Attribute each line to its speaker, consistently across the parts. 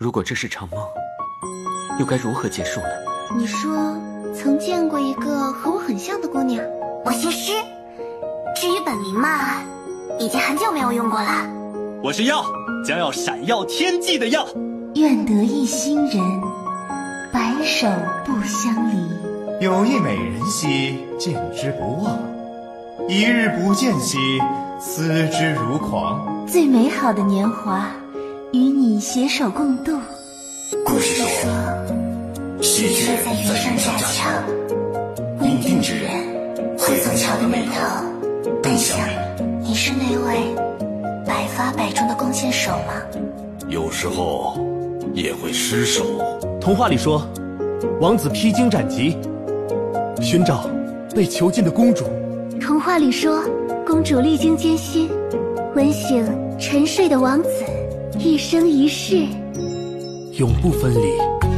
Speaker 1: 如果这是场梦，又该如何结束呢？
Speaker 2: 你说曾见过一个和我很像的姑娘，
Speaker 3: 我姓施。至于本名嘛，已经很久没有用过了。
Speaker 4: 我是耀，将要闪耀天际的耀。
Speaker 5: 愿得一心人，白首不相离。
Speaker 6: 有一美人兮，见之不忘；一日不见兮，思之如狂。
Speaker 5: 最美好的年华，与你携手共度。
Speaker 3: 故事说，石车在云上架桥，
Speaker 7: 命定之人会从桥的眉头奔向
Speaker 3: 你。你是那位？百发百中的弓箭手吗？
Speaker 7: 有时候也会失手。
Speaker 8: 童话里说，王子披荆斩棘，寻找被囚禁的公主。
Speaker 2: 童话里说，公主历经艰辛，吻醒沉睡的王子，一生一世，
Speaker 8: 永不分离。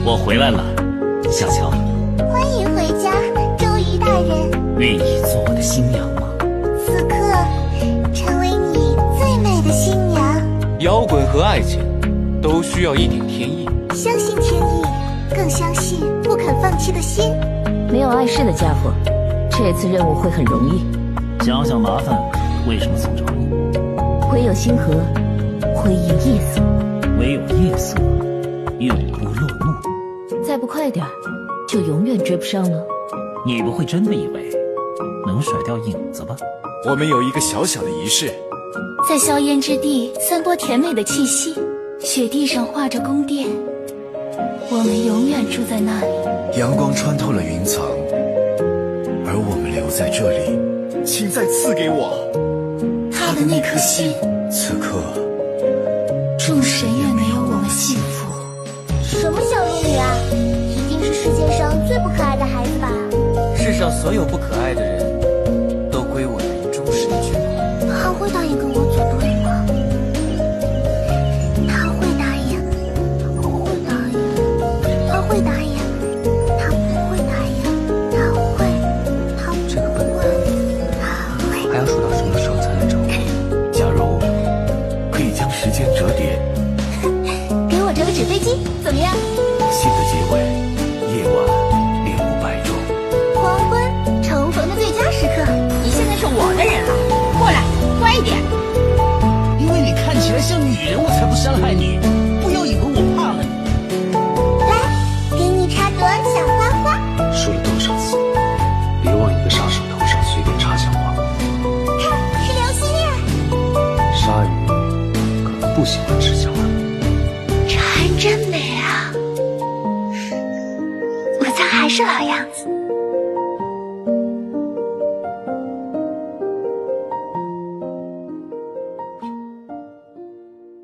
Speaker 9: 我回来了，小乔。
Speaker 3: 欢迎回家，周瑜大人。
Speaker 9: 愿意做我的新娘吗？
Speaker 3: 此刻，成为你。新娘，
Speaker 10: 摇滚和爱情都需要一点天意。
Speaker 3: 相信天意，更相信不肯放弃的心。
Speaker 11: 没有碍事的家伙，这次任务会很容易。
Speaker 9: 想想麻烦为什么总找你？
Speaker 11: 唯有星河，唯有夜色，
Speaker 9: 唯有夜色永不落幕。
Speaker 11: 再不快点，就永远追不上了。
Speaker 9: 你不会真的以为能甩掉影子吧？
Speaker 12: 我们有一个小小的仪式。
Speaker 2: 在硝烟之地散播甜美的气息，雪地上画着宫殿，我们永远住在那里。
Speaker 13: 阳光穿透了云层，而我们留在这里。
Speaker 12: 请再赐给我
Speaker 2: 他的那颗心。
Speaker 13: 此刻，
Speaker 2: 众神也没有我们幸福。
Speaker 3: 什么小龙女啊？一定是世界上最不可爱的孩子吧？
Speaker 10: 世上所有不可爱的人都归我云中神君。
Speaker 3: 他会答应跟我。
Speaker 13: 时间折叠，
Speaker 3: 给我折个纸飞机，怎么样？
Speaker 13: 新的结尾，夜晚领悟百种，
Speaker 3: 黄昏重逢的最佳时刻。
Speaker 14: 你现在是我的人了，过来，乖一点。
Speaker 15: 因为你看起来像女人，我才不伤害你。不要以为我怕了你。
Speaker 3: 来，给你插朵小花花。
Speaker 13: 说了多少次，别往一个杀手头上随便插小花。
Speaker 3: 看，是流星
Speaker 13: 啊！鲨鱼。不喜欢吃小花，
Speaker 3: 这还真美啊！我将还是老样子。